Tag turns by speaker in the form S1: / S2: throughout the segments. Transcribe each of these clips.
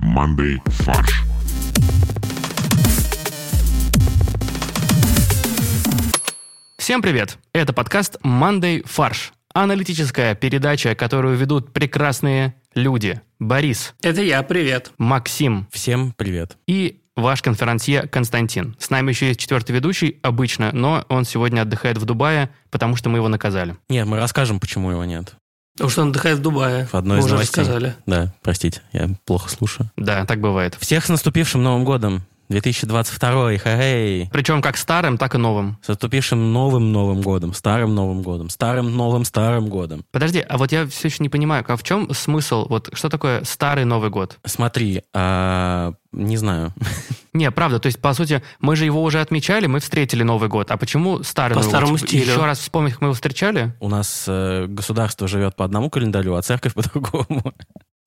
S1: командой «Фарш».
S2: Всем привет! Это подкаст «Мандей Фарш». Аналитическая передача, которую ведут прекрасные люди. Борис,
S3: Это я, привет.
S2: Максим
S4: Всем привет.
S2: и ваш конферансье Константин. С нами еще есть четвертый ведущий, обычно, но он сегодня отдыхает в Дубае, потому что мы его наказали.
S4: Нет, мы расскажем, почему его нет.
S3: Потому что он отдыхает в Дубае.
S4: В одной
S3: Мы
S4: из
S3: уже
S4: новостей.
S3: рассказали.
S4: Да, простите, я плохо слушаю.
S2: Да, так бывает.
S4: Всех с наступившим Новым годом. 2022, хей!
S2: Причем как старым, так и новым.
S4: С наступившим новым Новым годом, старым Новым годом, старым новым старым годом.
S2: Подожди, а вот я все еще не понимаю, а в чем смысл? Вот что такое старый Новый год?
S4: Смотри, а, не знаю.
S2: Не, правда, то есть, по сути, мы же его уже отмечали, мы встретили Новый год. А почему старый
S3: По
S2: Новый
S3: старому
S2: год?
S3: стилю.
S2: Еще раз вспомнить, как мы его встречали?
S4: У нас э, государство живет по одному календарю, а церковь по другому.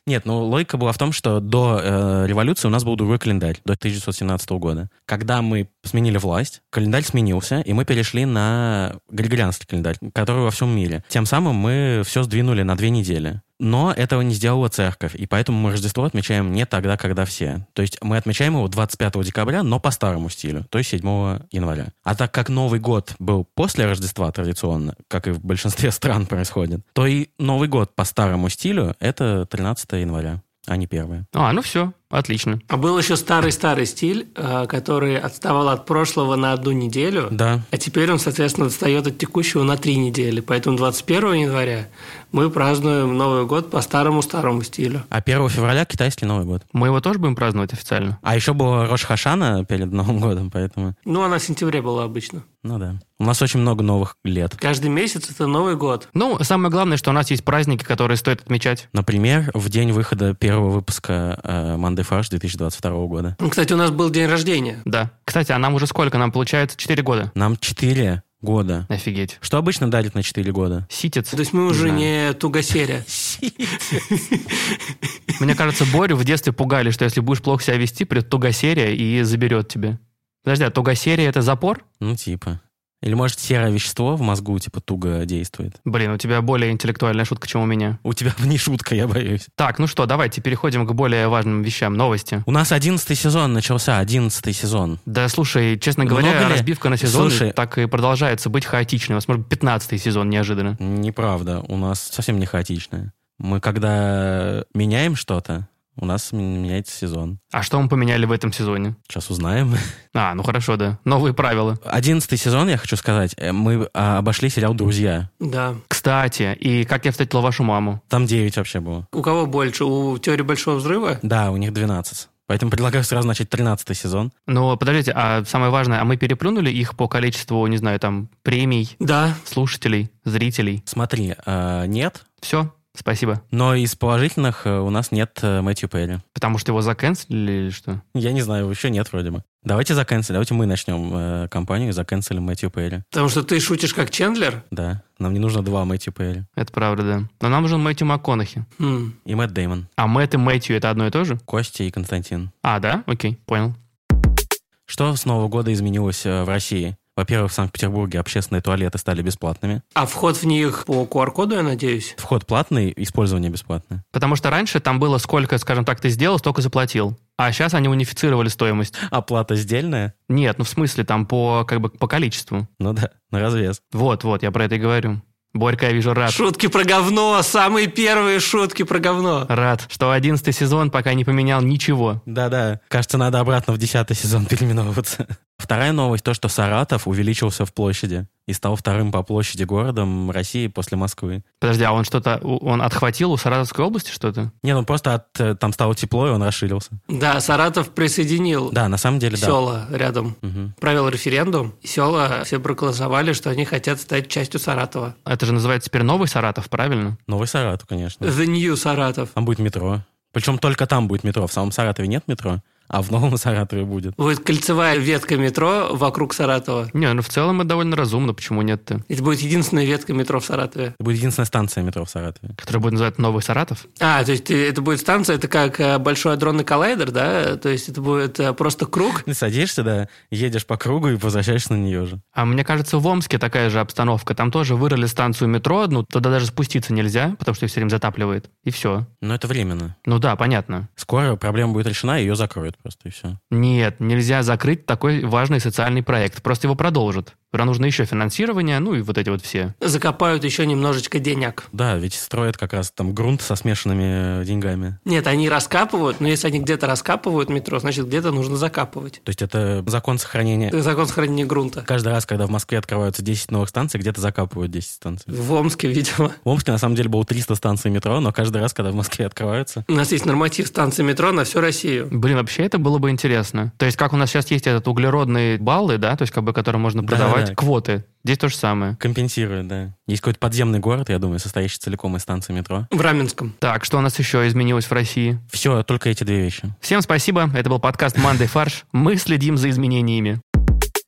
S4: Нет, ну логика была в том, что до э, революции у нас был другой календарь, до 1917 года. Когда мы сменили власть, календарь сменился, и мы перешли на григорианский календарь, который во всем мире. Тем самым мы все сдвинули на две недели. Но этого не сделала церковь, и поэтому мы Рождество отмечаем не тогда, когда все. То есть мы отмечаем его 25 декабря, но по старому стилю, то есть 7 января. А так как Новый год был после Рождества традиционно, как и в большинстве стран происходит, то и Новый год по старому стилю — это 13 января, а не 1.
S2: А, ну все, отлично.
S3: А был еще старый-старый стиль, э, который отставал от прошлого на одну неделю.
S4: Да,
S3: А теперь он, соответственно, отстает от текущего на три недели. Поэтому 21 января мы празднуем Новый год по старому-старому стилю.
S4: а 1 февраля — китайский Новый год.
S2: Мы его тоже будем праздновать официально?
S4: А еще было Рош Хашана перед Новым годом, поэтому...
S3: Ну, она в сентябре была обычно.
S4: Ну да. У нас очень много новых лет.
S3: Каждый месяц это Новый год.
S2: Ну, самое главное, что у нас есть праздники, которые стоит отмечать.
S4: Например, в день выхода первого выпуска э, «Манды Фарш» 2022 года.
S3: Ну, Кстати, у нас был день рождения.
S2: Да. Кстати, а нам уже сколько? Нам получается 4 года.
S4: Нам 4 года.
S2: Офигеть.
S4: Что обычно дарят на 4 года?
S2: Ситец.
S3: То есть мы уже
S2: знаю.
S3: не тугосерия.
S2: Мне кажется, Борю в детстве пугали, что если будешь плохо себя вести, придет тугосерия и заберет тебя. Подожди, а тугосерия это запор?
S4: Ну, типа. Или, может, серое вещество в мозгу, типа, туго действует?
S2: Блин, у тебя более интеллектуальная шутка, чем у меня.
S4: У тебя не шутка, я боюсь.
S2: Так, ну что, давайте переходим к более важным вещам. Новости.
S4: У нас одиннадцатый сезон начался, одиннадцатый сезон.
S2: Да, слушай, честно
S4: Много
S2: говоря,
S4: ли?
S2: разбивка на сезон
S4: Слушай.
S2: так и продолжается быть хаотичной. У нас, может быть, 15 сезон неожиданно.
S4: Неправда, у нас совсем не хаотично. Мы когда меняем что-то, у нас м- меняется сезон.
S2: А что мы поменяли в этом сезоне?
S4: Сейчас узнаем.
S2: А, ну хорошо, да. Новые правила.
S4: Одиннадцатый сезон, я хочу сказать, э, мы а, обошли сериал «Друзья».
S3: Да.
S2: Кстати, и как я встретила вашу маму?
S4: Там 9 вообще было.
S3: У кого больше? У теории большого взрыва?
S4: Да, у них 12. Поэтому предлагаю сразу начать 13 сезон.
S2: Ну, подождите, а самое важное, а мы переплюнули их по количеству, не знаю, там, премий,
S3: Да.
S2: слушателей, зрителей?
S4: Смотри, э, нет,
S2: Все, спасибо.
S4: но из положительных э, у нас нет э, Мэтью Перри.
S2: Потому что его заканцелили или что?
S4: Я не знаю, его еще нет вроде бы. Давайте заканцелим, давайте мы начнем э, кампанию и заканцелим Мэтью Перри.
S3: Потому что ты шутишь как Чендлер?
S4: Да, нам не нужно два Мэтью Перри.
S2: Это правда, да. Но нам нужен Мэтью МакКонахи.
S3: М.
S4: И Мэтт Деймон,
S2: А Мэтт и Мэтью это одно и то же?
S4: Костя и Константин.
S2: А, да? Окей, понял.
S4: Что с Нового года изменилось э, в России? Во-первых, в Санкт-Петербурге общественные туалеты стали бесплатными.
S3: А вход в них по QR-коду, я надеюсь?
S4: Вход платный, использование бесплатное.
S2: Потому что раньше там было сколько, скажем так, ты сделал, столько заплатил. А сейчас они унифицировали стоимость.
S4: Оплата А сдельная?
S2: Нет, ну в смысле там по, как бы, по количеству.
S4: Ну да, на развес.
S2: Вот, вот, я про это и говорю. Борька, я вижу, рад.
S3: А Шутки про говно, самые первые шутки про говно.
S2: Рад, что 11 сезон пока не поменял ничего.
S4: Да-да, кажется, надо обратно в десятый сезон переименовываться. Вторая новость, то, что Саратов увеличился в площади и стал вторым по площади городом России после Москвы.
S2: Подожди, а он что-то, у- он отхватил у Саратовской области что-то?
S4: Не, ну просто от, э, там стало тепло, и он расширился.
S3: Да, Саратов присоединил
S4: Да, на самом деле, да.
S3: села рядом.
S4: Мгм.
S3: Провел референдум, и села все проголосовали, что они хотят стать частью Саратова.
S2: Это же называется теперь новый Саратов, правильно?
S4: Новый Саратов, конечно.
S3: The New Саратов.
S4: Там будет метро. Причем только там будет метро. В самом Саратове нет метро. а в Новом Саратове будет.
S3: Будет кольцевая ветка метро вокруг Саратова.
S2: Не, ну в целом это довольно разумно, почему нет-то?
S3: Это будет единственная ветка метро в Саратове.
S4: Это будет единственная станция метро в Саратове.
S2: Которая будет называться Новый Саратов?
S3: А, то есть э, это будет станция, это как э, большой адронный коллайдер, да? То есть это будет э, просто круг.
S4: Ты садишься, да, едешь по кругу и возвращаешься на нее же.
S2: А мне кажется, в Омске такая же обстановка. Там тоже вырыли станцию метро одну, туда даже спуститься нельзя, потому что ее все время затапливает. И все.
S4: Но это временно.
S2: Ну да, понятно.
S4: Скоро проблема будет решена, ее закроют просто, и все.
S2: Нет, нельзя закрыть такой важный социальный проект. Просто его продолжат. Туда нужно еще финансирование, ну и вот эти вот все.
S3: Закопают еще немножечко денег.
S4: Да, ведь строят как раз там грунт со смешанными э, деньгами.
S3: Нет, они раскапывают, но если они где-то раскапывают метро, значит, где-то нужно закапывать.
S4: То есть это закон сохранения.
S3: Это закон сохранения грунта.
S4: Каждый раз, когда в Москве открываются 10 новых станций, где-то закапывают 10 станций.
S3: В Омске, видимо.
S4: В Омске, на самом деле, было 300 станций метро, но каждый раз, когда в Москве открываются...
S3: У нас есть норматив станции метро на всю Россию.
S2: Блин, вообще это было бы интересно. То есть как у нас сейчас есть этот углеродные баллы, да, то есть как бы которые можно продавать,
S4: да.
S2: квоты. Здесь то же самое.
S4: Компенсируют, да. Есть какой-то подземный город, я думаю, состоящий целиком из станций метро.
S3: В Раменском.
S2: Так, что у нас еще изменилось в России?
S4: Все, только эти две вещи.
S2: Всем спасибо, это был подкаст «Мандай фарш». Мы следим за изменениями.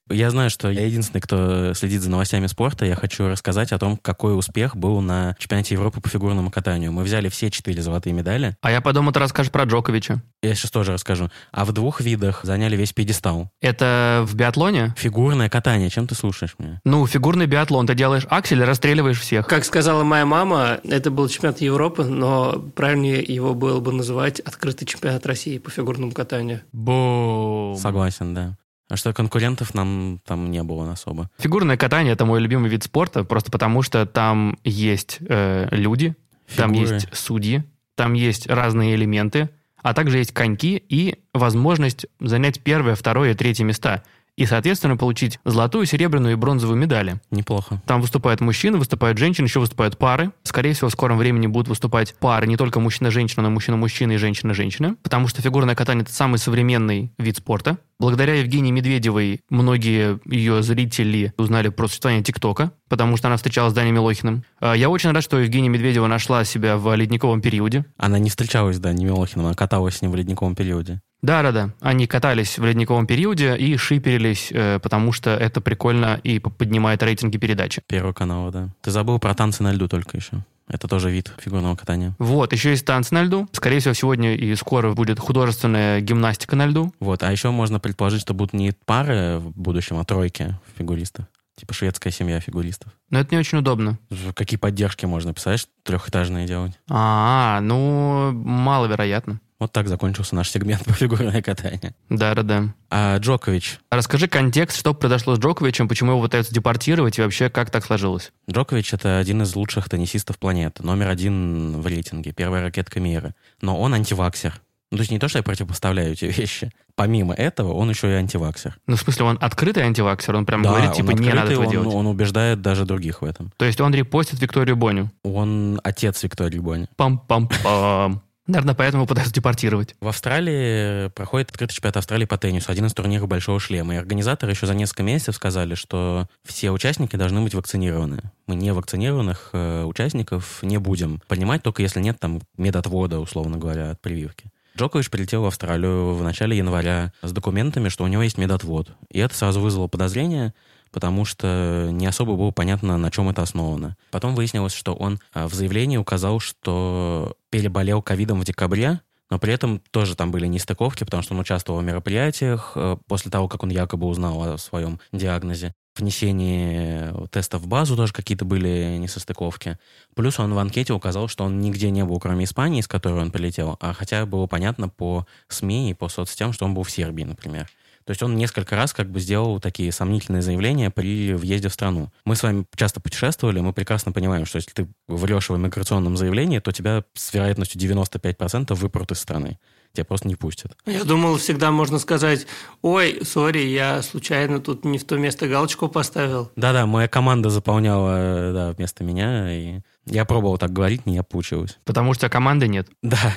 S4: Я знаю, что я единственный, кто следит за новостями спорта. Я хочу рассказать о том, какой успех был на чемпионате Европы по фигурному катанию. Мы взяли все четыре золотые медали.
S2: А я подумал, ты расскажешь про Джоковича.
S4: Я сейчас тоже расскажу. А в двух видах заняли весь пьедестал.
S2: Это в биатлоне?
S4: Фигурное катание. Чем ты слушаешь меня?
S2: Ну, фигурный биатлон. Ты делаешь аксель и расстреливаешь всех.
S3: Как сказала моя мама, это был чемпионат Европы, но правильнее его было бы называть открытый чемпионат России по фигурному катанию.
S2: Бум.
S4: Согласен, да. А что конкурентов нам там не было особо.
S2: Фигурное катание — это мой любимый вид спорта, просто потому что там есть э, люди, там
S4: Фигуры.
S2: есть судьи, там есть разные элементы, а также есть коньки и возможность занять первое, второе и третье места. И, соответственно, получить золотую, серебряную и бронзовую медали.
S4: Неплохо.
S2: Там выступают мужчины, выступают женщины, еще выступают пары. Скорее всего, в скором времени будут выступать пары не только мужчина-женщина, но и мужчина-мужчина и женщина-женщина, потому что фигурное катание – это самый современный вид спорта. Благодаря Евгении Медведевой многие ее зрители узнали про существование ТикТока, потому что она встречалась с Даней Милохиным. А Я очень рад, что Евгения Медведева нашла себя в ледниковом периоде.
S4: Она не встречалась, да, не Милохиным, она каталась с ним в ледниковом периоде.
S2: Да-да-да, они катались в ледниковом периоде и шиперились, э, потому что это прикольно и п- поднимает рейтинги передачи.
S4: Первого канала, да. Ты забыл про танцы на льду только еще. Это тоже вид фигурного катания.
S2: Вот, еще есть танцы на льду. Скорее всего, сегодня и скоро будет художественная гимнастика на льду.
S4: Вот, а еще можно предположить, что будут не пары в будущем, а тройки фигуристов. Типа шведская семья фигуристов.
S2: Но это не очень удобно.
S4: Какие поддержки можно, представляешь, трехэтажные делать?
S2: А, ну, маловероятно.
S4: Вот так закончился наш сегмент по фигурное катание.
S2: Да-да-да.
S4: А Джокович.
S2: Расскажи контекст, что произошло с Джоковичем, почему его пытаются депортировать и вообще как так сложилось.
S4: Джокович — это один из лучших теннисистов планеты. Номер один в рейтинге. Первая ракетка мира. Но он антиваксер. Ну, то есть не то, что я противопоставляю эти вещи. Помимо этого, он еще и антиваксер.
S2: Ну, в смысле, он открытый антиваксер, он прям говорит,
S4: он
S2: типа, не надо
S4: открытый,
S2: этого
S4: он- ну.
S2: делать.
S4: он убеждает даже других в этом.
S2: То есть он репостит Викторию Боню.
S4: Он отец Виктории Бони.
S2: Пам-пам-пам. Наверное, поэтому его пытаются депортировать.
S4: В Австралии проходит открытый чемпионат Австралии по теннису, один из турниров Большого шлема. И организаторы еще за несколько месяцев сказали, что все участники должны быть вакцинированы. Мы не вакцинированных э, участников не будем принимать, только если нет там медотвода, условно говоря, от прививки. Джокович прилетел в Австралию в начале января с документами, что у него есть медотвод. И это сразу вызвало подозрение, потому что не особо было понятно, на чем это основано. Потом выяснилось, что он а, в заявлении указал, что переболел ковидом в декабре, но при этом тоже там были нестыковки, потому что он участвовал в мероприятиях э, после того, как он якобы узнал о своем диагнозе. Внесение тестов в базу тоже какие-то были несостыковки. Плюс он в анкете указал, что он нигде не был, кроме Испании, из которой он прилетел, а хотя было понятно по СМИ и по соцсетям, что он был в Сербии, например. То есть он несколько раз как бы сделал такие сомнительные заявления при въезде в страну. Мы с вами часто путешествовали, мы прекрасно понимаем, что если ты врешь в иммиграционном заявлении, то тебя с вероятностью 95% выпрут из страны. Тебя просто не пустят.
S3: Я думал, всегда можно сказать, ой, сори, я случайно тут не в то место галочку поставил.
S4: Да-да, моя команда заполняла э, да, вместо меня, и я пробовал так говорить, не получилось.
S2: Потому что команды нет.
S4: Да,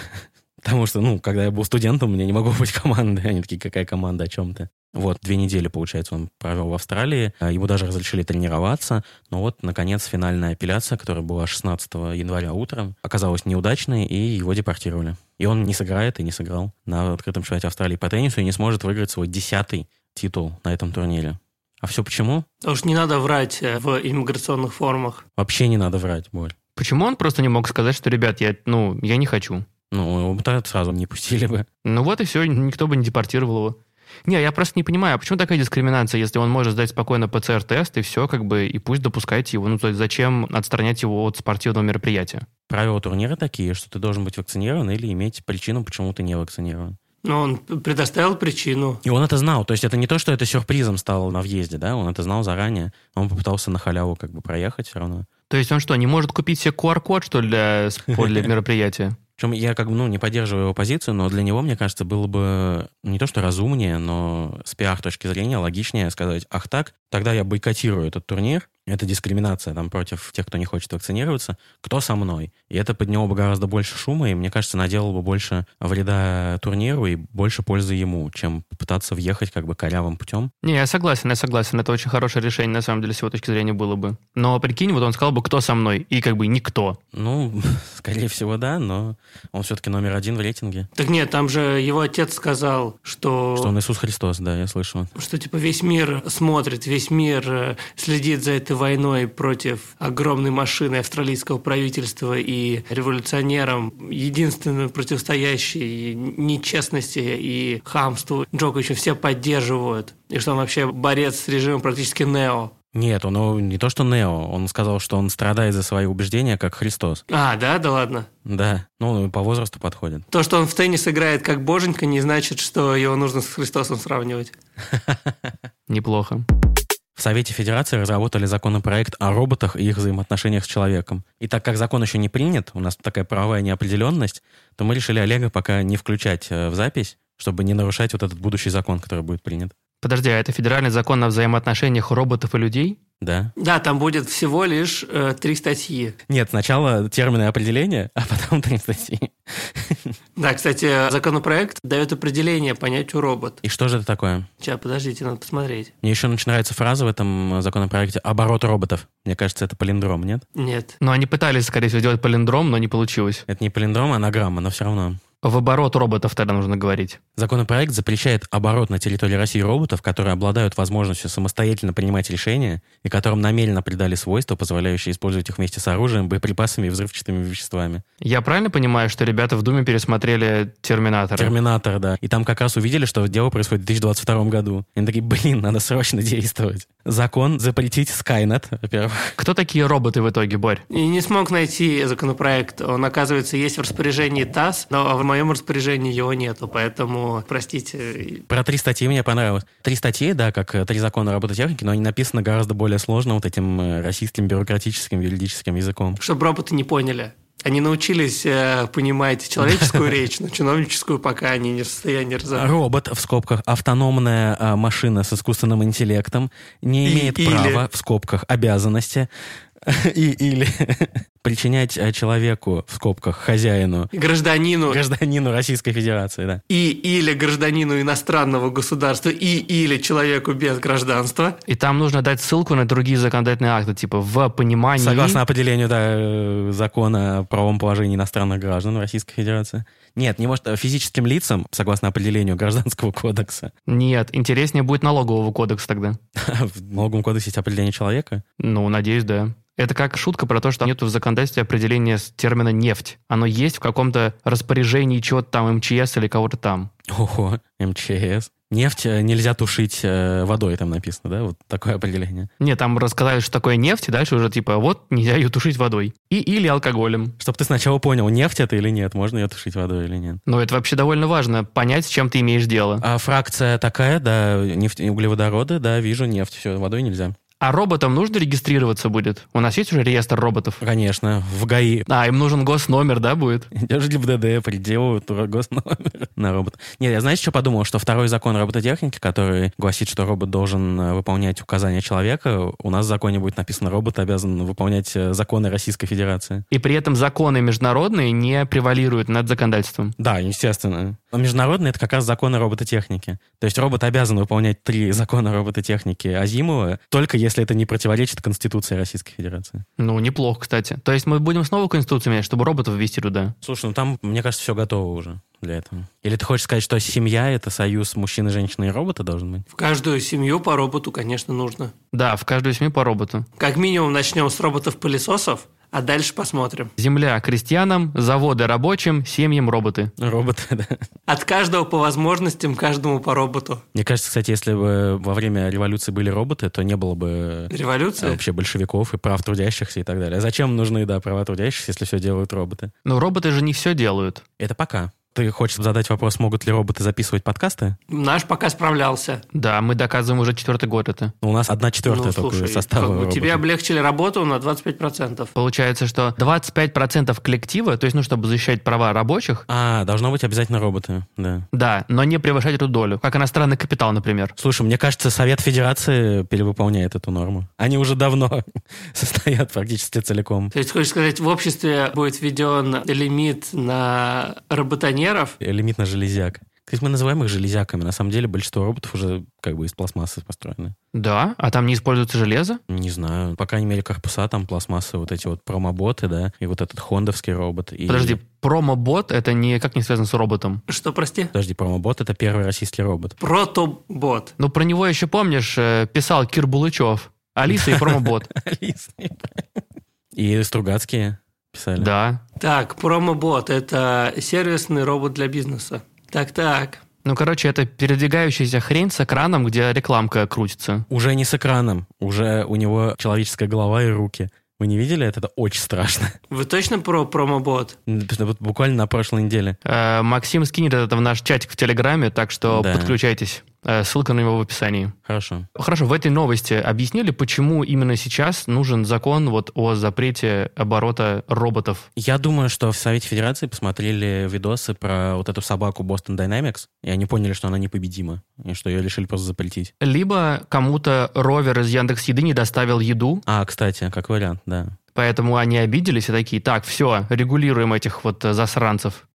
S4: Потому что, ну, когда я был студентом, у меня не могло быть команды. Они такие, какая команда, о чем ты? Вот, две недели, получается, он провел в Австралии. А, Ему даже разрешили тренироваться. Но вот, наконец, финальная апелляция, которая была 16 января утром, оказалась неудачной, и его депортировали. И он не сыграет и не сыграл на открытом чемпионате Австралии по теннису и не сможет выиграть свой десятый титул на этом турнире. А все почему?
S3: Потому что не надо врать э, в иммиграционных формах.
S4: Вообще не надо врать, Борь.
S2: Почему он просто не мог сказать, что, ребят, я, ну, я не хочу?
S4: Ну, его бы так сразу не пустили бы.
S2: Ну вот и все, никто бы не депортировал его. Не, я просто не понимаю, а почему такая дискриминация, если он может сдать спокойно ПЦР-тест и все, как бы, и пусть допускайте его, ну то есть зачем отстранять его от спортивного мероприятия?
S4: Правила турнира такие, что ты должен быть вакцинирован или иметь причину, почему ты не вакцинирован.
S3: Но он предоставил причину.
S4: И он это знал. То есть это не то, что это сюрпризом стало на въезде, да? Он это знал заранее. Он попытался на халяву как бы проехать все равно.
S2: То есть он что, не может купить себе QR-код, что ли, для, спо- для мероприятия?
S4: Причем я как бы, ну, не поддерживаю его позицию, но для него, мне кажется, было бы не то, что разумнее, но с пиар точки зрения логичнее сказать, ах так, тогда я бойкотирую этот турнир, это дискриминация там против тех, кто не хочет вакцинироваться, кто со мной? И это подняло бы гораздо больше шума, и, мне кажется, наделало бы больше вреда турниру и больше пользы ему, чем попытаться въехать как бы корявым путем.
S2: Не, я согласен, я согласен, это очень хорошее решение, на самом деле, с его точки зрения было бы. Но прикинь, вот он сказал бы, кто со мной, и как бы никто.
S4: Ну, скорее всего, да, но он все-таки номер один в рейтинге.
S3: Так нет, там же его отец сказал, что...
S4: Что он Иисус Христос, да, я слышал.
S3: что, типа весь мир смотрит, весь мир э, следит за этой войной против огромной машины австралийского правительства и революционерам, единственным противостоящей нечестности и хамству Джока еще все поддерживают. И что он вообще борец с режимом практически нео.
S4: Нет, он о, не то что Нео, он сказал, что он страдает за свои убеждения, как Христос.
S3: А, да? Да ладно.
S4: Да, ну и по возрасту подходит.
S3: То, что он в теннис играет как боженька, не значит, что его нужно с Христосом сравнивать.
S2: Неплохо.
S4: В Совете Федерации разработали законопроект о роботах и их взаимоотношениях с человеком. И так как закон еще не принят, у нас такая правовая неопределенность, то мы решили Олега пока не включать э, в запись, чтобы не нарушать вот этот будущий закон, который будет принят.
S2: Подожди, а это федеральный закон о взаимоотношениях роботов и людей?
S4: Да.
S3: Да, там будет всего лишь э, три статьи.
S4: Нет, сначала термины определения, а потом три статьи.
S3: Да, кстати, э, законопроект дает определение понятию робот.
S4: И что же это такое?
S3: Сейчас, подождите, надо посмотреть.
S4: Мне еще очень нравится фраза в этом э, законопроекте «оборот роботов». Мне кажется, это полиндром, нет?
S3: Нет.
S2: Но они пытались, скорее всего, сделать полиндром, но не получилось.
S4: Это не полиндром, а анаграмма, но все равно.
S2: В оборот роботов тогда нужно говорить.
S4: Законопроект запрещает оборот на территории России роботов, которые обладают возможностью самостоятельно принимать решения и которым намеренно придали свойства, позволяющие использовать их вместе с оружием, боеприпасами и взрывчатыми веществами.
S2: Я правильно понимаю, что ребята в Думе пересмотрели Терминатора?
S4: Терминатор, да. И там как раз увидели, что дело происходит в 2022 году. И они такие, блин, надо срочно действовать. Закон запретить Скайнет, во-первых.
S2: Кто такие роботы в итоге, Борь?
S3: И не смог найти законопроект. Он, оказывается, есть в распоряжении ТАСС, но в моем распоряжении его нету, поэтому, простите.
S4: Про три статьи мне понравилось. Три статьи, да, как э, три закона робототехники, но они написаны гораздо более сложно вот этим э, российским бюрократическим юридическим языком.
S3: Чтобы роботы не поняли. Они научились э, понимать человеческую речь, но чиновническую пока они не в состоянии разобраться.
S4: Робот, в скобках, автономная а, машина с искусственным интеллектом не
S3: И-
S4: имеет
S3: или-
S4: права, в скобках, обязанности и или причинять а, человеку, в скобках, хозяину,
S3: Гражданину
S4: гражданину Российской Федерации, да.
S3: и или гражданину иностранного государства, и или человеку без гражданства.
S2: И там нужно дать ссылку на другие законодательные акты, типа в понимании...
S4: Согласно определению да, э, закона о правом положении иностранных граждан Российской Федерации. Нет, не может э, физическим лицам, согласно определению Гражданского кодекса.
S2: Нет, интереснее будет налогового кодекса тогда.
S4: В налоговом кодексе есть определение человека.
S2: Ну, надеюсь, да. Это как шутка про то, что нету в законодательстве определения с- термина «нефть». Оно есть в каком-то распоряжении чего-то там, МЧС или кого-то там.
S4: Ого, МЧС. Нефть э, нельзя тушить э, водой, там написано, да? Вот такое определение.
S2: Нет, там рассказали, что такое нефть, и дальше уже типа вот, нельзя ее тушить водой. И или алкоголем.
S4: Чтобы ты сначала понял, нефть это или нет, можно ее тушить водой или нет.
S2: Но это вообще довольно важно, понять, с чем ты имеешь дело.
S4: А фракция такая, да, нефть, углеводороды, да, вижу нефть, все, водой нельзя.
S2: А роботам нужно регистрироваться будет? У нас есть уже реестр роботов?
S4: Конечно, в ГАИ
S2: А, им нужен госномер, да, будет?
S4: Дежели в ДД приделывают госномер на робот. Нет, я знаешь, что подумал? Что второй закон робототехники, который гласит, что робот должен э, выполнять указания человека, у нас в законе будет написано, робот обязан выполнять э, законы Российской Федерации.
S2: И при этом законы международные не превалируют над законодательством.
S4: Да, естественно. А международные — это как раз законы робототехники. То есть робот обязан выполнять три закона робототехники Азимова, только если это не противоречит Конституции Российской Федерации.
S2: Ну, неплохо, кстати. То есть мы будем снова Конституцию менять, чтобы роботов ввести туда?
S4: Слушай, ну там, мне кажется, все готово уже для этого. Или ты хочешь сказать, что семья — это союз мужчины, женщины и робота должен быть?
S3: В каждую семью по роботу, конечно, нужно.
S2: Да, в каждую семью по роботу.
S3: Как минимум начнем с роботов-пылесосов, а дальше посмотрим.
S2: Земля крестьянам, заводы рабочим, семьям роботы.
S4: Роботы, да.
S3: От каждого по возможностям, каждому по роботу.
S4: Мне кажется, кстати, если бы во время революции были роботы, то не было бы э,
S3: Революция?
S4: вообще большевиков и прав трудящихся и так далее. А зачем нужны, да, права трудящихся, если все делают роботы?
S2: Но роботы же не все делают.
S4: Это пока. Ты хочешь задать вопрос, могут ли роботы записывать подкасты?
S3: Наш пока справлялся.
S2: Да, мы доказываем уже четвертый год это.
S4: Ну, У нас одна четвертая
S3: Ну,
S4: только
S3: слушай,
S4: состава
S3: как бы
S4: роботов.
S3: тебе облегчили работу на 25%.
S2: Получается, что 25% коллектива, то есть, ну, чтобы защищать права рабочих,
S4: А, должно быть обязательно роботы, да.
S2: да, но не превышать эту долю, как иностранный капитал, например.
S4: Слушай, мне кажется, Совет Федерации перевыполняет эту норму. Они уже давно состоят практически целиком.
S3: То есть, хочешь сказать, в обществе будет введен лимит на роботонеров?
S4: Э, Лимит на железяк. Кстати, мы называем их железяками. На самом деле большинство роботов уже как бы из пластмассы построены.
S2: Да, а там не используется железо?
S4: Не знаю. По крайней мере, корпуса там пластмассы, вот эти вот промоботы, да, и вот этот хондовский робот. и-
S2: Подожди, промо-бот это никак не связано с роботом.
S3: Что, прости?
S4: Подожди, промобот — это первый российский робот.
S3: Протобот.
S2: Ну, про него еще помнишь, э, писал Кир Булычев. Алиса и промо-бот.
S4: Алиса. И Стругацкие писали.
S2: Да.
S3: Так, промобот – это сервисный робот для бизнеса. Так-так.
S2: Ну, короче, это передвигающаяся хрень с экраном, где рекламка крутится.
S4: Уже не с экраном, уже у него человеческая голова и руки. Вы не видели это? Это очень страшно.
S3: Вы точно про промобот?
S4: Вот Буквально на прошлой неделе.
S2: Э, Максим скинет это в наш чатик в Телеграме, так что
S4: Да.
S2: подключайтесь. Э, Ссылка на него в описании.
S4: Хорошо.
S2: Хорошо, в этой новости объяснили, почему именно сейчас нужен закон вот о запрете оборота роботов.
S4: Я думаю, что в Совете Федерации посмотрели видосы про вот эту собаку Boston Dynamics, и они поняли, что она непобедима, и что ее решили просто запретить.
S2: Либо кому-то ровер из Яндекс Еды не доставил еду,
S4: А, кстати, как вариант, да.
S2: поэтому они обиделись и такие, так, все, регулируем этих вот э, засранцев.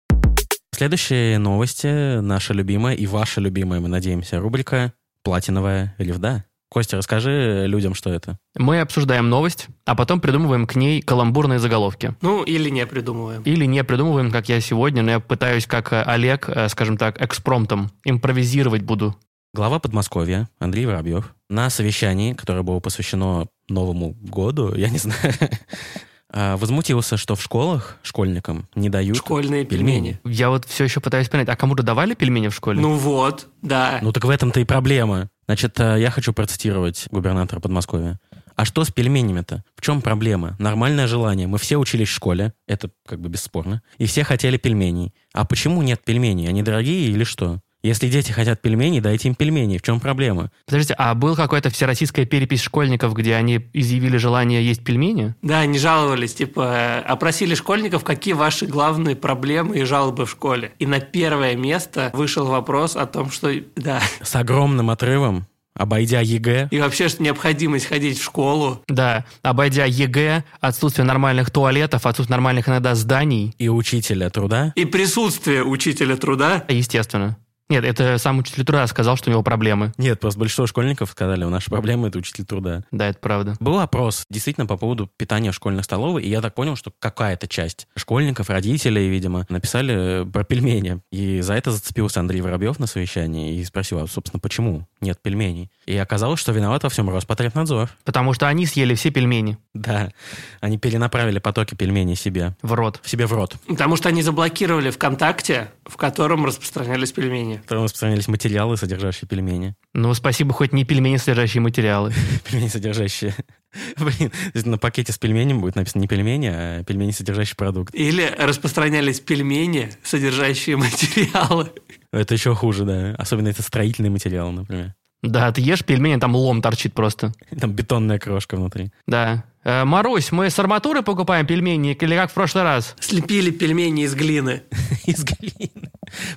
S4: Следующие новости, наша любимая и ваша любимая, мы надеемся, рубрика «Платиновая ревда». Костя, расскажи людям, что это.
S2: Мы обсуждаем новость, а потом придумываем к ней каламбурные заголовки.
S3: Ну, или не придумываем.
S2: Или не придумываем, как я сегодня, но я пытаюсь, как э, Олег, э, скажем так, экспромтом, импровизировать буду.
S4: Глава Подмосковья Андрей Воробьев на совещании, которое было посвящено Новому году, я не знаю, а, возмутился, что в школах школьникам не дают...
S3: Школьные
S4: пельмени.
S3: пельмени.
S2: Я вот все еще пытаюсь понять, а кому-то давали пельмени в школе?
S3: Ну вот, да.
S4: Ну так в этом-то и проблема. Значит, э, я хочу процитировать губернатора Подмосковья. А что с пельменями-то? В чем проблема? Нормальное желание. Мы все учились в школе, это как бы бесспорно, и все хотели пельменей. А почему нет пельменей? Они дорогие или что? Если дети хотят пельменей, дайте им пельменей. В чем проблема?
S2: Подождите, а был какой-то всероссийская перепись школьников, где они изъявили желание есть пельмени?
S3: Да, они жаловались, типа, э, опросили школьников, какие ваши главные проблемы и жалобы в школе. И на первое место вышел вопрос о том, что, да,
S4: С огромным отрывом, обойдя ЕГЭ,
S3: и вообще, что необходимость ходить в школу.
S2: Да, обойдя ЕГЭ, отсутствие нормальных туалетов, отсутствие нормальных иногда зданий,
S4: и учителя труда,
S3: И присутствие учителя труда.
S2: естественно. Нет, это сам учитель труда сказал, что у него проблемы.
S4: нет, просто большинство школьников сказали, наши проблемы это учитель труда.
S2: Да, это правда.
S4: Был опрос действительно по поводу питания в школьных столовой, и я так понял, что какая-то часть школьников, родителей, видимо, написали э, про пельмени. И за это зацепился Андрей Воробьев на совещании и спросил, а, собственно, почему нет пельменей? И оказалось, что виноват во всем Роспотребнадзор.
S2: Потому что они съели все пельмени
S4: Да, они перенаправили потоки пельменей себе,
S2: в рот.
S4: в себе в рот.
S3: Потому что они заблокировали ВКонтакте, в котором распространялись пельмени.
S4: Потом распространялись материалы, содержащие пельмени.
S2: Ну, спасибо, хоть не пельмени, содержащие материалы.
S4: Пельмени, содержащие... Блин, на пакете с пельменем будет написано не пельмени, а пельмени, содержащий продукт.
S3: Или распространялись пельмени, содержащие материалы.
S4: Это еще хуже, да. Особенно это строительные материалы, например.
S2: Да, ты ешь пельмени, там лом торчит просто.
S4: Там бетонная крошка внутри.
S2: Да. Э, Марусь, мы с арматуры покупаем пельмени или как в прошлый раз?
S3: Слепили пельмени из глины.
S4: Из глины.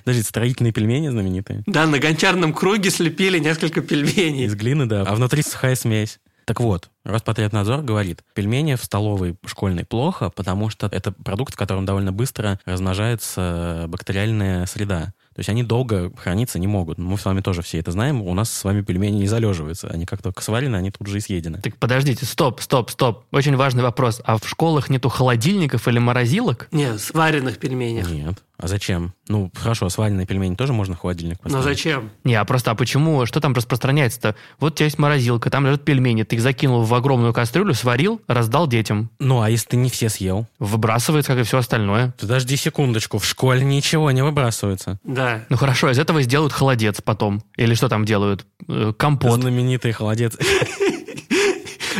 S4: Подожди, строительные пельмени знаменитые.
S3: Да, на гончарном круге слепили несколько пельменей.
S4: Из глины, да. А внутри сухая смесь. Так вот, Роспотребнадзор говорит, пельмени в столовой школьной плохо, потому что это продукт, в котором довольно быстро размножается бактериальная среда. То есть они долго храниться не могут. Мы с вами тоже все это знаем. У нас с вами пельмени не залеживаются. Они как только сварены, они тут же и съедены.
S2: Так подождите, стоп, стоп, стоп. Очень важный вопрос. А в школах нету холодильников или морозилок?
S3: Не, сваренных пельменях.
S4: Нет. А зачем? Ну, хорошо, сваренные пельмени тоже можно в холодильник
S3: Но
S4: поставить.
S3: зачем?
S2: Не, а просто, а почему, что там распространяется-то? Вот у тебя есть морозилка, там лежат пельмени, ты их закинул в огромную кастрюлю, сварил, раздал детям.
S4: Ну, а если ты не все съел?
S2: Выбрасывается, как и все остальное.
S4: Подожди секундочку, в школе ничего не выбрасывается.
S3: Да.
S2: Ну хорошо, из этого сделают холодец потом. Или что там делают? Э, Компот.
S4: Знаменитый холодец.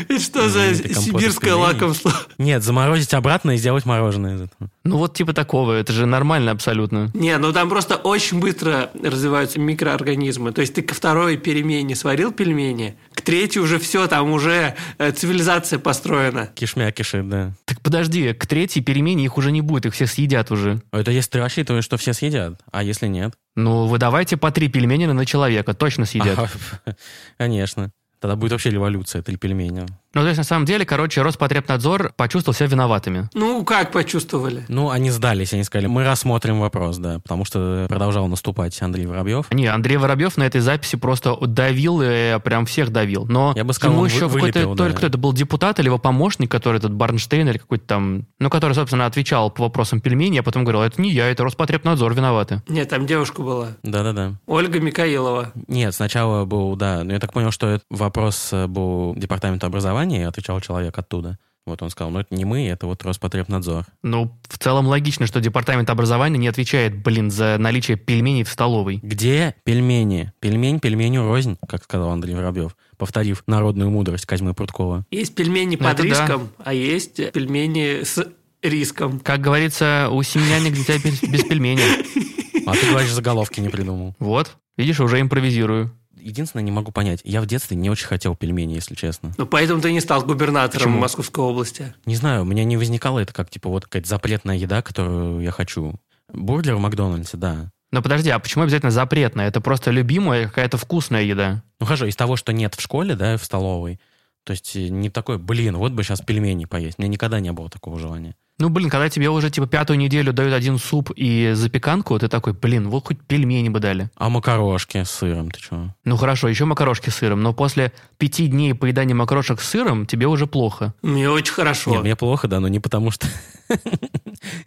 S3: И что за
S4: Знаменитый компот из
S3: сибирское
S4: пельменей.
S3: лакомство?
S4: Нет, заморозить обратно и сделать мороженое из этого.
S2: Ну вот типа такого, это же нормально абсолютно.
S3: Не, ну там просто очень быстро развиваются микроорганизмы. То есть ты ко второй перемене сварил пельмени, к третьей уже все, там уже э, цивилизация построена.
S4: Кишмя кишит, да.
S2: Так подожди, к третьей перемене их уже не будет, их все съедят уже.
S4: Это если ты рассчитываешь, что все съедят, а если нет?
S2: Ну вы давайте по три пельменина на человека, точно съедят.
S4: Ага, А, Конечно. Тогда будет вообще революция, три пельменя.
S2: Ну то есть на самом деле, короче, Роспотребнадзор почувствовал себя виноватыми.
S3: Ну, как почувствовали?
S4: Ну, они сдались, они сказали, мы рассмотрим вопрос, да, потому что продолжал наступать Андрей Воробьев.
S2: Не, Андрей Воробьев на этой записи просто давил, э, прям всех давил. Но
S4: Я бы сказал,
S2: ему
S4: он
S2: еще
S4: вы-
S2: какой-то,
S4: вылепил,
S2: то ли
S4: да.
S2: кто это был депутат или его помощник, который этот Барнштейн или какой-то там, ну, который, собственно, отвечал по вопросам пельменей, а потом говорил, это не я, это Роспотребнадзор виноваты.
S3: Нет, там девушка была.
S4: Да-да-да.
S3: Ольга Микаилова.
S4: Нет, сначала был, да, но я так понял, что это вопрос э, был департаменту образования, и отвечал человек оттуда. Вот он сказал, ну это не мы, это вот Роспотребнадзор.
S2: Ну, в целом логично, что департамент образования не отвечает, блин, за наличие пельменей в столовой.
S4: Где пельмени? Пельмень пельменю рознь, как сказал Андрей Воробьев, повторив народную мудрость Козьмы Прудкова.
S3: Есть пельмени
S2: Ну,
S3: под
S2: это да.
S3: риском, а есть пельмени с риском.
S2: Как говорится, у семьянек дитя без, без пельменей.
S4: А ты говоришь, заголовки не придумал.
S2: Вот, видишь, уже импровизирую.
S4: Единственное, не могу понять, я в детстве не очень хотел пельмени, если честно.
S3: Ну, поэтому ты не стал губернатором
S4: Почему?
S3: Московской области.
S4: Не знаю, у меня не возникало это как, типа, вот какая-то запретная еда, которую я хочу. Бургер в Макдональдсе, да.
S2: Но подожди, а почему обязательно запретная? Это просто любимая какая-то вкусная еда.
S4: Ну хорошо, из того, что нет в школе, да, в столовой, то есть э, не такой, блин, вот бы сейчас пельмени поесть. У меня никогда не было такого желания.
S2: Ну, блин, когда тебе уже, типа, пятую неделю дают один суп и запеканку, ты такой, блин, вот хоть пельмени бы дали.
S4: А макарошки с сыром, ты чего?
S2: Ну, хорошо, еще макарошки с сыром, но после пяти дней поедания макарошек с сыром тебе уже плохо.
S3: Мне очень хорошо.
S4: Нет, мне плохо, да, но не потому что...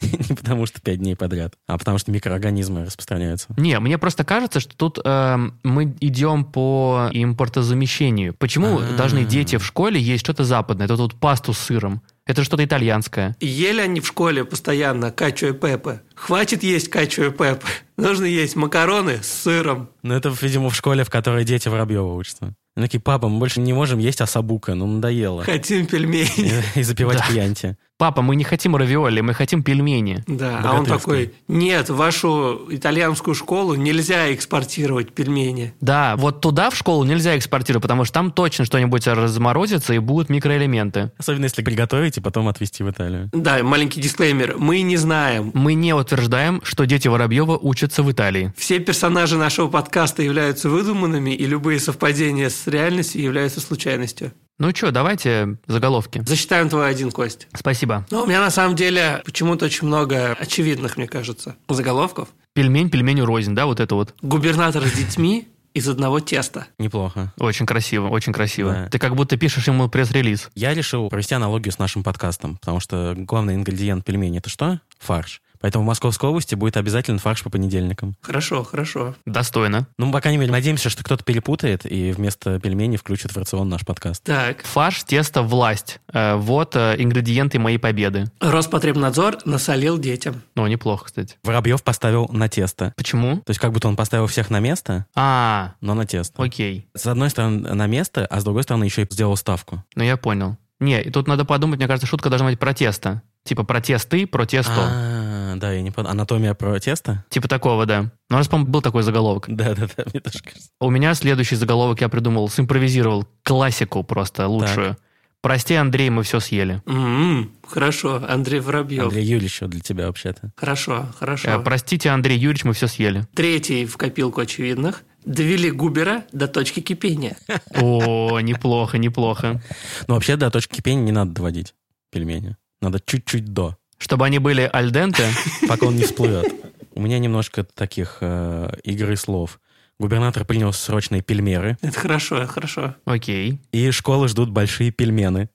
S4: Не потому что пять дней подряд, а потому что микроорганизмы распространяются.
S2: Не, мне просто кажется, что тут эм, мы идем по импортозамещению. Почему
S4: А.
S2: должны дети в школе есть что-то западное? Это тут пасту с сыром. Это что-то итальянское.
S3: И Ели они в школе постоянно качу и пепе. Хватит есть качу и пепе. Нужно есть макароны с сыром.
S4: Ну, это, видимо, в школе, в которой дети Воробьева учатся. Они такие, папа, мы больше не можем есть асабука, ну, надоело.
S3: Хотим пельмени.
S4: И запивать кьянти.
S2: Папа, мы не хотим равиоли, мы хотим пельмени.
S3: Да, а он
S4: Богатырская.
S3: такой, нет, в вашу итальянскую школу нельзя экспортировать пельмени.
S2: Да, вот туда в школу нельзя экспортировать, потому что там точно что-нибудь разморозится и будут микроэлементы.
S4: Особенно если приготовить и потом отвезти в Италию.
S3: Да, маленький дисклеймер, мы не знаем.
S2: Мы не утверждаем, что дети Воробьева учатся в Италии.
S3: Все персонажи нашего подкаста являются выдуманными, и любые совпадения с реальностью являются случайностью.
S2: Ну что, давайте заголовки.
S3: Засчитаем твой один, Кость.
S2: Спасибо.
S3: Но у меня на самом деле почему-то очень много очевидных, мне кажется, заголовков.
S2: Пельмень, пельменю рознь, да, вот это вот.
S3: Губернатор с детьми из одного теста.
S4: Неплохо.
S2: Очень красиво, очень красиво.
S4: Да.
S2: Ты как будто пишешь ему пресс-релиз.
S4: Я решил провести аналогию с нашим подкастом, потому что главный ингредиент пельменей это что? Фарш. Поэтому в Московской области будет обязательно фарш по понедельникам.
S3: Хорошо, хорошо.
S2: Достойно.
S4: Ну, мы, по крайней мере, надеемся, что кто-то перепутает и вместо пельменей включит в рацион наш подкаст.
S3: Так,
S2: Фарш, тесто, власть. Э, вот э, ингредиенты моей победы.
S3: Роспотребнадзор насолил детям.
S2: Ну, неплохо, кстати.
S4: Воробьев поставил на тесто.
S2: Почему?
S4: То есть как будто он поставил всех на место,
S2: А,
S4: но на тесто.
S2: окей.
S4: С одной стороны на место, а с другой стороны еще и сделал ставку.
S2: Ну, я понял. Не, и тут надо подумать, мне кажется, шутка должна быть про тесто. Типа про тесты, про тесто.
S4: А, Э, Да, я не понял. Анатомия протеста?
S2: Типа такого, да. Но у нас, по-моему, был такой заголовок.
S4: Да, да, да, мне тоже кажется.
S2: У меня следующий заголовок я придумал, симпровизировал классику просто лучшую. Прости, Андрей, мы все съели.
S3: М, Хорошо, Андрей Воробьев.
S4: Андрей Юрьевич еще для тебя вообще-то.
S3: Хорошо, хорошо.
S2: Э, Простите, Андрей Юрьевич, мы все съели.
S3: Третий в копилку очевидных. Довели Губера до точки кипения.
S2: О, неплохо, неплохо.
S4: Ну, вообще, до точки кипения не надо доводить пельмени. Надо чуть-чуть до,
S2: Чтобы они были альденте,
S4: пока он не всплывет. У меня немножко таких э, игры слов. Губернатор принес срочные пельмеры,
S3: Это хорошо, хорошо.
S2: окей.
S4: и школы ждут большие пельмены.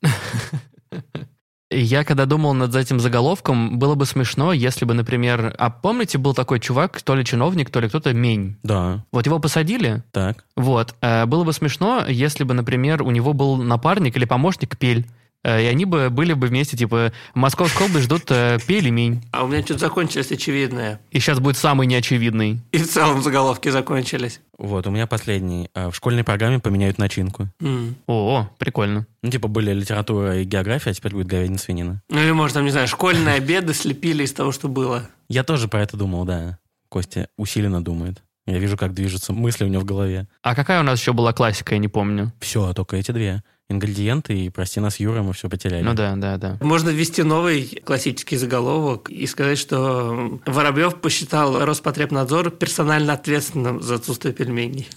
S2: Я когда думал над этим заголовком, было бы смешно, если бы, например... А помните, был такой чувак, то ли чиновник, то ли кто-то, Мень?
S4: Да,
S2: Вот его посадили,
S4: так.
S2: вот. э, Было бы смешно, если бы, например, у него был напарник или помощник Пель. Э, И они бы были бы вместе, типа, Московской области ждут э, Пель и Мень.
S3: А у меня что-то закончилось очевидное.
S2: И сейчас будет самый неочевидный.
S3: И в целом заголовки закончились.
S4: Вот, у меня последний. Э, В школьной программе поменяют начинку.
S3: М.
S2: О, прикольно.
S4: Ну, типа, были литература и география, а теперь будет говядина-свинина.
S3: Ну или, может, там, не знаю, школьные обеды слепили из того, что было.
S4: Я тоже про это думал, да. Костя усиленно думает. Я вижу, как движутся мысли у него в голове.
S2: А какая у нас еще была классика, я не помню.
S4: Все, только эти две. Ингредиенты и прости нас, Юра, мы все потеряли.
S2: Ну да, да, да.
S3: Можно ввести новый классический заголовок и сказать, что Воробьев посчитал Роспотребнадзор персонально ответственным за отсутствие пельменей.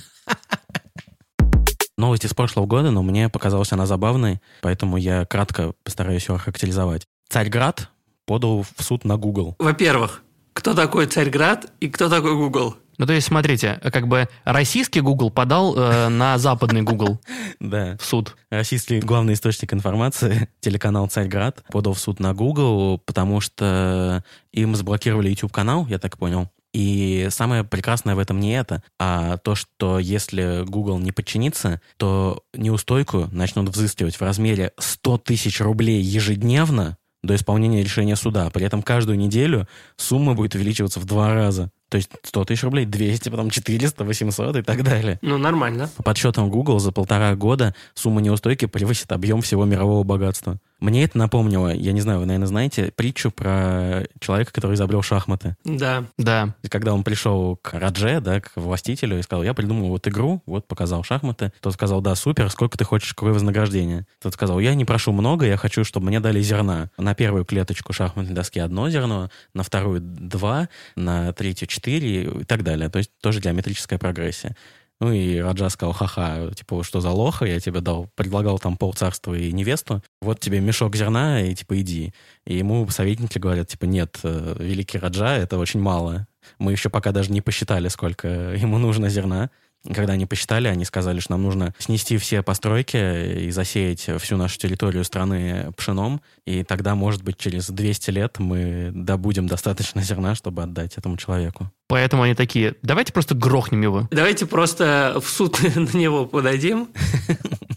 S4: Новость из прошлого года, но мне показалась она забавной, поэтому я кратко постараюсь ее охарактеризовать. Царьград подал в суд на Google.
S3: Во-первых, кто такой Царьград и кто такой Google?
S2: Ну, то есть, смотрите, как бы российский Google подал э, на западный Google
S4: Да.
S2: в суд.
S4: Российский Э, главный источник информации, телеканал Царьград, подал в суд на Google, потому что им заблокировали YouTube-канал, я так понял. И самое прекрасное в этом не это, а то, что если Google не подчинится, то неустойку начнут взыскивать в размере 100 тысяч рублей ежедневно до исполнения решения суда. При этом каждую неделю сумма будет увеличиваться в два раза. То есть 100 тысяч рублей, 200, потом 400, 800 и так далее.
S3: Ну, нормально.
S4: По подсчетам Google за полтора года сумма неустойки превысит объем всего мирового богатства. Мне это напомнило, я не знаю, вы, наверное, знаете, притчу про человека, который изобрел шахматы.
S3: Да.
S2: Да.
S4: И Когда он пришел к Радже, да, к властителю, и сказал, я придумал вот игру, вот показал шахматы. Тот сказал, да, супер, сколько ты хочешь, какое вознаграждение? Тот сказал, я не прошу много, я хочу, чтобы мне дали зерна. На первую клеточку шахматной доски одно зерно, на вторую два, на третью четыре и так далее. То есть тоже геометрическая прогрессия. Ну и Раджа сказал, ха-ха, типа, что за лоха, я тебе дал, предлагал там полцарства и невесту, вот тебе мешок зерна, и типа иди. И ему советники говорят, типа, нет, э, великий Раджа, это очень мало. Мы еще пока даже не посчитали, сколько ему нужно зерна. И Когда они посчитали, они сказали, что нам нужно снести все постройки и засеять всю нашу территорию страны пшеном, и тогда, может быть, через 200 лет мы добудем достаточно зерна, чтобы отдать этому человеку.
S2: Поэтому они такие, давайте просто грохнем его.
S3: Давайте просто в суд на него подадим.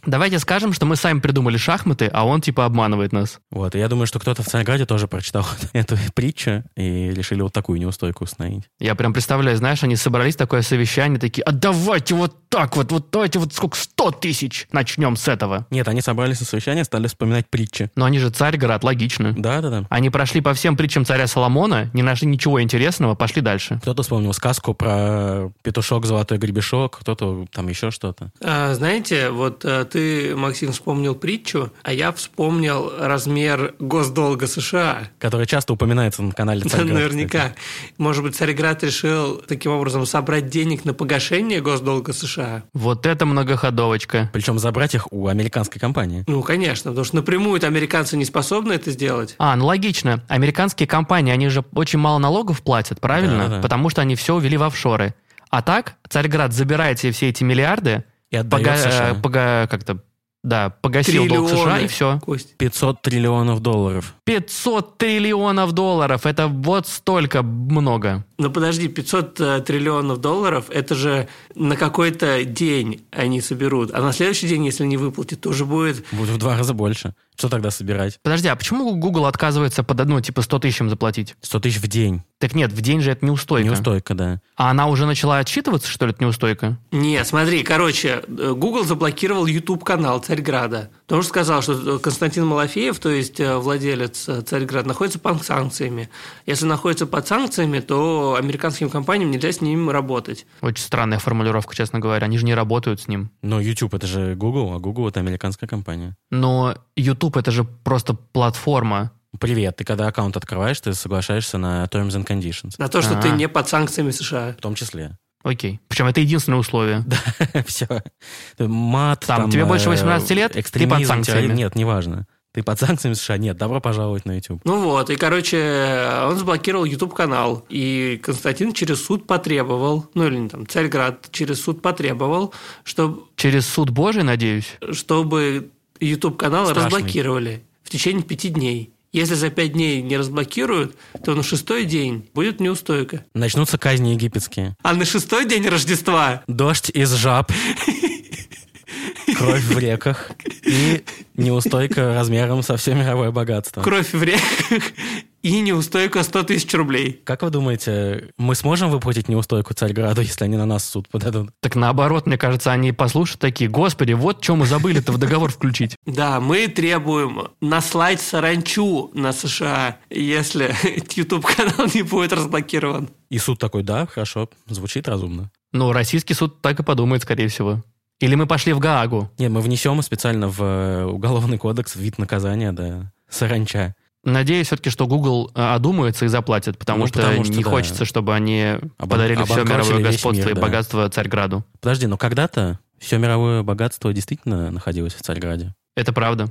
S2: Давайте скажем, что мы сами придумали шахматы, а он типа обманывает нас.
S4: Вот, и я думаю, что кто-то в Царьграде тоже прочитал эту притчу и решили вот такую неустойку установить.
S2: Я прям представляю, знаешь, они собрались, такое совещание, такие, а давайте вот так вот, вот давайте вот сколько, 100 тысяч, начнем с этого.
S4: Нет, они собрались на совещание, стали вспоминать притчи.
S2: Но они же царь-город, логично.
S4: Да-да-да.
S2: Они прошли по всем притчам царя Соломона, не нашли ничего интересного, пошли дальше.
S4: Кто-то вспомнил сказку про петушок, золотой гребешок, кто-то там еще что-то.
S3: А, Знаете, вот а, ты, Максим, вспомнил притчу, а я вспомнил размер госдолга США.
S4: Который часто упоминается на канале
S3: Да,
S4: Царьград.
S3: Наверняка. Может быть, Царьград решил таким образом собрать денег на погашение госдолга США?
S2: Вот это многоходовочка.
S4: Причем забрать их у американской компании.
S3: Ну, конечно, потому что напрямую американцы не способны это сделать.
S2: А, ну логично. Американские компании, они же очень мало налогов платят, правильно?
S4: Да-да.
S2: Потому что они все увели в офшоры. А так, Царьград забирает себе все эти миллиарды,
S4: И отдает
S2: пога-
S4: США.
S2: э, пога- как-то, да, погасил долг США, и все.
S3: Кость.
S4: 500 триллионов долларов.
S2: 500 триллионов долларов, это вот столько много.
S3: Но подожди, 500 э, триллионов долларов, это же на какой-то день они соберут. А на следующий день, если не выплатят, то уже будет...
S4: Будет в два раза больше. Что тогда собирать?
S2: Подожди, а почему Google отказывается под одну, типа 100 тысячам заплатить?
S4: 100 тысяч в день.
S2: Так нет, в день же это неустойка.
S4: Неустойка, да.
S2: А она уже начала отчитываться, что ли, это неустойка?
S3: Не, смотри, короче, э, Google заблокировал YouTube-канал Царьграда. Тоже сказал, что э, Константин Малафеев, то есть э, владелец Царьград, находится под санкциями. Если находится под санкциями, то американским компаниям нельзя с ним работать.
S2: Очень странная формулировка, честно говоря. Они же не работают с ним.
S4: Но YouTube это же Google, а Google это американская компания.
S2: Но YouTube это же просто платформа.
S4: Привет, ты когда аккаунт открываешь, ты соглашаешься на Terms and Conditions.
S3: На то, что
S2: А.
S3: ты не под санкциями США.
S4: В том числе.
S2: Окей. Причем это единственное условие.
S4: Все. Мат. э,
S2: Там, тебе больше 18 лет, ты под
S4: экстремизм,
S2: санкциями.
S4: терроризм. Нет, неважно. Ты под санкциями США? Нет, добро пожаловать на YouTube.
S3: Ну вот, и, короче, он заблокировал YouTube-канал. И Константин через суд потребовал, ну или там Царьград через суд потребовал, чтобы,
S2: Через суд Божий, надеюсь.
S3: чтобы YouTube-канал
S4: Страшный.
S3: разблокировали в течение пяти дней. Если за пять дней не разблокируют, то на шестой день будет неустойка.
S4: Начнутся казни египетские.
S3: А на шестой день Рождества
S4: Дождь из жаб. Кровь в реках. И неустойка размером со все мировое богатство.
S3: кровь в реках и неустойка 100 тысяч рублей.
S4: Как вы думаете, мы сможем выплатить неустойку Царьграду, если они на нас в суд подадут?
S2: Так наоборот, мне кажется, они послушают такие, господи, вот что мы забыли-то в договор включить.
S3: Да, мы требуем наслать саранчу на США, если YouTube-канал не будет разблокирован.
S4: И суд такой, да, хорошо, звучит разумно.
S2: Ну, российский суд так и подумает, скорее всего. Или мы пошли в Гаагу.
S4: Не, мы внесем специально в э, Уголовный кодекс вид наказания, да, саранча.
S2: Надеюсь все-таки, что Google э, одумается и заплатит, потому,
S4: Ну,
S2: что,
S4: потому что
S2: не
S4: да.
S2: хочется, чтобы они
S4: Обан-
S2: подарили все
S4: обанкротили
S2: мировое
S4: весь
S2: господство
S4: мир,
S2: и
S4: да.
S2: богатство Царьграду.
S4: Подожди, но когда-то все мировое богатство действительно находилось в Царьграде.
S2: Это правда.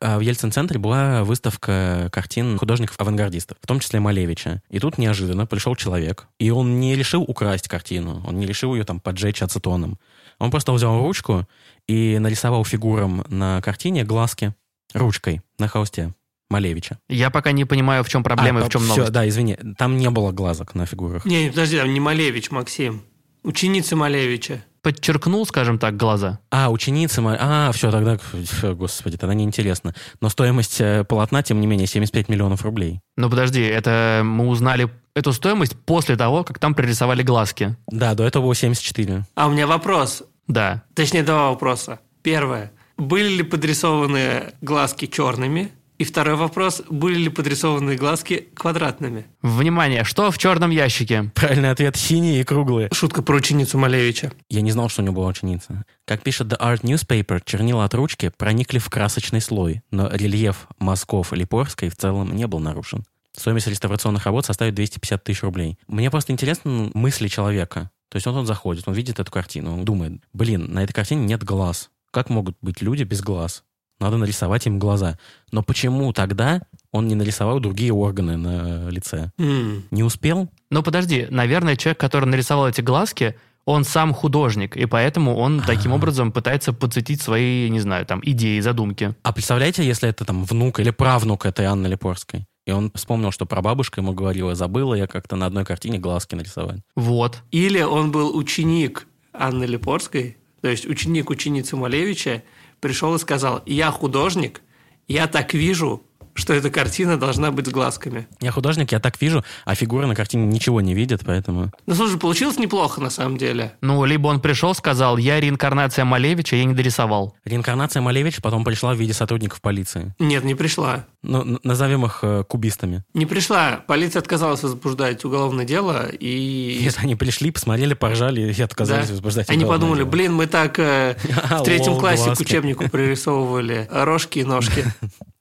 S4: А В Ельцин-центре была выставка картин художников-авангардистов, в том числе Малевича. И тут неожиданно пришел человек, и он не решил украсть картину, он не решил ее там поджечь ацетоном. Он просто взял ручку и нарисовал фигурам на картине глазки ручкой на холсте Малевича.
S2: Я пока не понимаю, в чем проблема
S4: А,
S2: и в чем
S4: всё,
S2: новость.
S4: Да, извини, там не было глазок на фигурах.
S3: Не, подожди, там не Малевич, Максим. Ученица Малевича.
S2: Подчеркнул, скажем так, глаза.
S4: А, ученицы, ма- а, все, тогда, фу, господи, тогда неинтересно. Но стоимость э, полотна, тем не менее, 75 миллионов рублей.
S2: Но подожди, это мы узнали эту стоимость после того, как там пририсовали глазки.
S4: Да, до этого было 74.
S3: А у меня вопрос.
S2: Да.
S3: Точнее, два вопроса. Первое. Были ли подрисованы глазки черными? И второй вопрос. Были ли подрисованы глазки квадратными?
S2: Внимание, что в черном ящике?
S4: Правильный ответ – синие и круглые.
S3: Шутка про ученицу Малевича.
S4: Я не знал, что у него была ученица. Как пишет The Art Newspaper, чернила от ручки проникли в красочный слой, но рельеф мазков Липорской в целом не был нарушен. Стоимость реставрационных работ составит 250 тысяч рублей. Мне просто интересны мысли человека. То есть вот он заходит, он видит эту картину, он думает, блин, на этой картине нет глаз. Как могут быть люди без глаз? Надо нарисовать им глаза. Но почему тогда он не нарисовал другие органы на лице?
S3: М.
S4: Не успел?
S2: Ну подожди, наверное, человек, который нарисовал эти глазки, он сам художник, и поэтому он таким образом пытается подсветить свои, не знаю, там, идеи, задумки.
S4: А представляете, если это там внук или правнук этой Анны Лепорской? И он вспомнил, что прабабушка ему говорила, забыла я как-то на одной картине глазки нарисовать.
S2: Вот.
S3: Или он был ученик Анны Липорской, то есть ученик ученицы Малевича, пришел и сказал, я художник, я так вижу, что эта картина должна быть с глазками.
S4: Я художник, я так вижу, а фигура на картине ничего не видит, поэтому...
S3: Ну, слушай, получилось неплохо на самом деле.
S2: Ну, либо он пришел, сказал, я реинкарнация Малевича, я не дорисовал.
S4: Реинкарнация Малевича потом пришла в виде сотрудников полиции.
S3: Нет, не пришла.
S4: Ну, н- назовем их э, кубистами.
S3: Не пришла. Полиция отказалась возбуждать уголовное дело, и...
S4: Если они пришли, посмотрели, поржали и отказались
S3: Да.
S4: возбуждать
S3: Они
S4: уголовное
S3: подумали,
S4: дело. А,
S3: блин, мы так э, в третьем
S4: Лол,
S3: классе к
S4: глазки.
S3: учебнику пририсовывали рожки и ножки.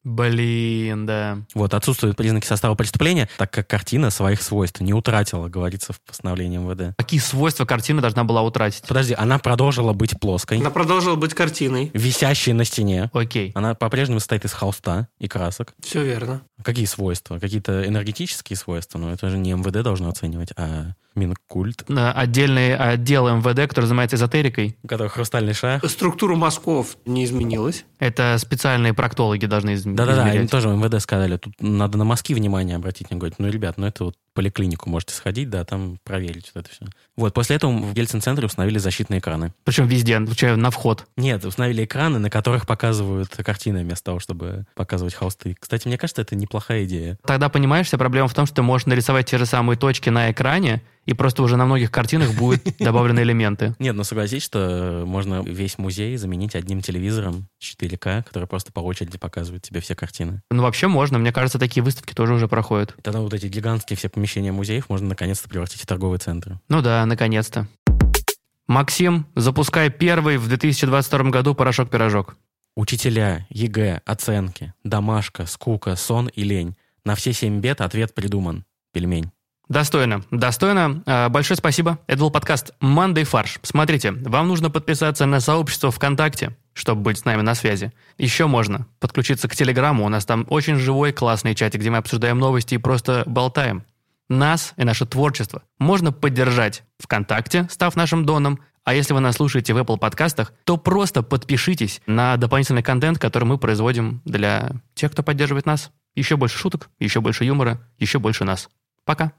S2: Блин, да.
S4: Вот, отсутствуют признаки состава преступления, так как картина своих свойств не утратила, говорится в постановлении МВД.
S2: Какие свойства картина должна была утратить?
S4: Подожди, она продолжила быть плоской,
S3: Она продолжила быть картиной.
S4: висящей на стене,
S2: Окей.
S4: Она по-прежнему состоит из холста и красок.
S3: Все верно.
S4: Какие свойства? Какие-то энергетические свойства, но это же не МВД должно оценивать, а Минкульт,
S2: Э, Отдельный отдел МВД, который занимается эзотерикой,
S4: у которого хрустальный шар.
S3: Структура мазков не изменилась.
S2: это специальные проктологи должны из-
S4: Да-да-да, им
S2: измерять.
S4: тоже МВД сказали, тут надо на мазки внимание обратить. Они говорят, ну, ребят, ну это вот поликлинику можете сходить, да, там проверить вот это все. Вот, после этого в Ельцин-центре установили защитные экраны.
S2: Причем везде, включая на вход.
S4: Нет, установили экраны, на которых показывают картины вместо того, чтобы показывать холсты. Кстати, мне кажется, это неплохая идея.
S2: Тогда понимаешь, вся проблема в том, что ты можешь нарисовать те же самые точки на экране, и просто уже на многих картинах будут добавлены элементы.
S4: Нет, ну согласись, что можно весь музей заменить одним телевизором 4К, который просто по очереди показывает тебе все картины.
S2: Ну, вообще можно. Мне кажется, такие выставки тоже уже проходят.
S4: И тогда вот эти гигантские все помещения музеев можно наконец-то превратить в торговые центры.
S2: Ну да, наконец-то. Максим, запускай первый в 2022 году порошок-пирожок.
S4: Учителя, ЕГЭ, оценки, домашка, скука, сон и лень. На все семь бед ответ придуман. Пельмень.
S2: Достойно, достойно. Э, Большое спасибо. Это был подкаст «Мандай фарш». Смотрите, вам нужно подписаться на сообщество ВКонтакте, чтобы быть с нами на связи. Еще можно подключиться к Телеграму. У нас там очень живой, классный чатик, где мы обсуждаем новости и просто болтаем. Нас и наше творчество можно поддержать ВКонтакте, став нашим доном. А если вы нас слушаете в Apple подкастах, то просто подпишитесь на дополнительный контент, который мы производим для тех, кто поддерживает нас. Еще больше шуток, еще больше юмора, еще больше нас. Пока!